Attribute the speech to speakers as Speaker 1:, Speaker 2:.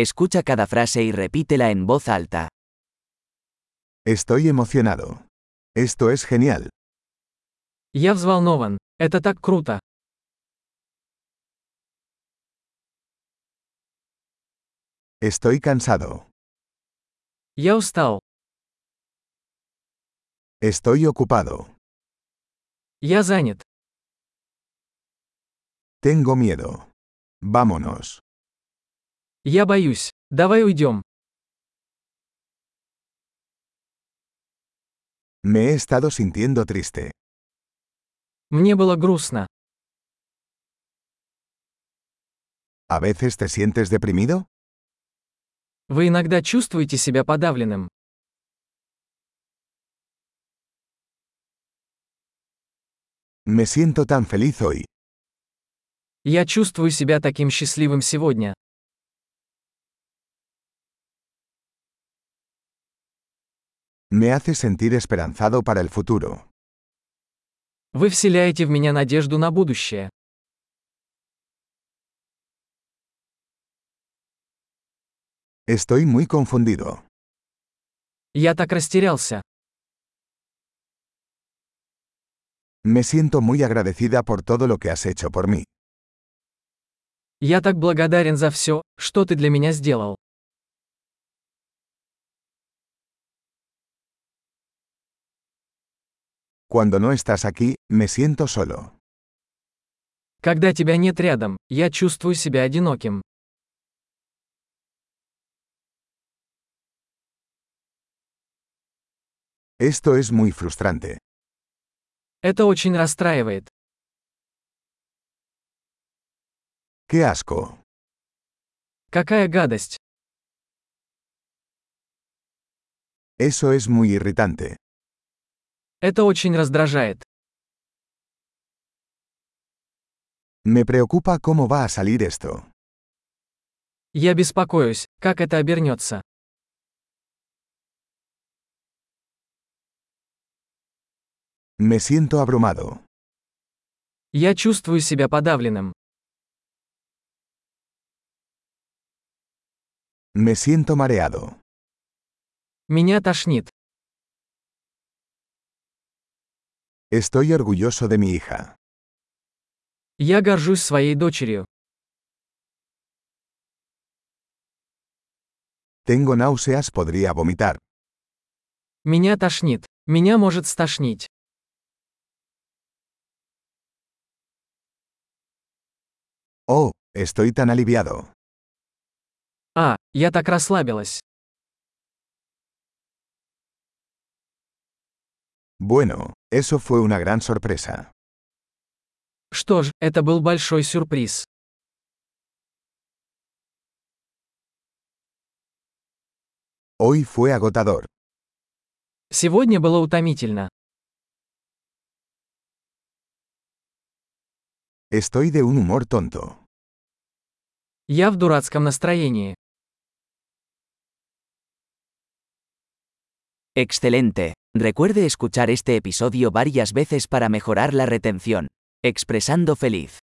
Speaker 1: Escucha cada frase y repítela en voz alta.
Speaker 2: Estoy emocionado. Esto es genial.
Speaker 3: Я взволнован. Это так круто.
Speaker 2: Estoy cansado.
Speaker 3: Я устал.
Speaker 2: Estoy ocupado.
Speaker 3: Я занят.
Speaker 2: Tengo miedo. Vámonos.
Speaker 3: Я боюсь. Давай уйдем.
Speaker 2: Me he estado sintiendo triste.
Speaker 3: Мне было грустно.
Speaker 2: ¿A veces te sientes deprimido?
Speaker 3: Вы иногда чувствуете себя подавленным.
Speaker 2: Me siento tan feliz hoy.
Speaker 3: Я чувствую себя таким счастливым сегодня.
Speaker 2: Me hace sentir esperanzado para el futuro.
Speaker 3: Вы вселяете в меня надежду на будущее.
Speaker 2: Estoy muy confundido.
Speaker 3: Я так растерялся.
Speaker 2: Me siento muy agradecida por todo lo que has hecho por mí.
Speaker 3: Я так благодарен за все, что ты для меня сделал.
Speaker 2: Cuando no estás aquí, me siento solo.
Speaker 3: Когда тебя нет рядом, я чувствую себя одиноким.
Speaker 2: Esto es muy frustrante.
Speaker 3: Это очень расстраивает.
Speaker 2: ¡Qué asco!
Speaker 3: Какая гадость.
Speaker 2: Eso es muy irritante.
Speaker 3: Это очень раздражает.
Speaker 2: Me preocupa cómo va a salir esto.
Speaker 3: Я беспокоюсь, как это обернется.
Speaker 2: Me siento abrumado.
Speaker 3: Я чувствую себя подавленным.
Speaker 2: Me siento mareado.
Speaker 3: Меня тошнит.
Speaker 2: Estoy orgulloso de mi hija.
Speaker 3: Я горжусь своей дочерью.
Speaker 2: Tengo náuseas, podría vomitar.
Speaker 3: Меня тошнит. Меня может стошнить.
Speaker 2: Oh, estoy tan aliviado.
Speaker 3: А, я так расслабилась.
Speaker 2: Bueno, eso fue una gran sorpresa.
Speaker 3: Что ж, это был большой сюрприз.
Speaker 2: Hoy fue agotador.
Speaker 3: Сегодня было утомительно.
Speaker 2: Estoy de un humor tonto.
Speaker 3: Я в дурацком настроении.
Speaker 1: Excelente. Recuerde escuchar este episodio varias veces para mejorar la retención. Expresando feliz.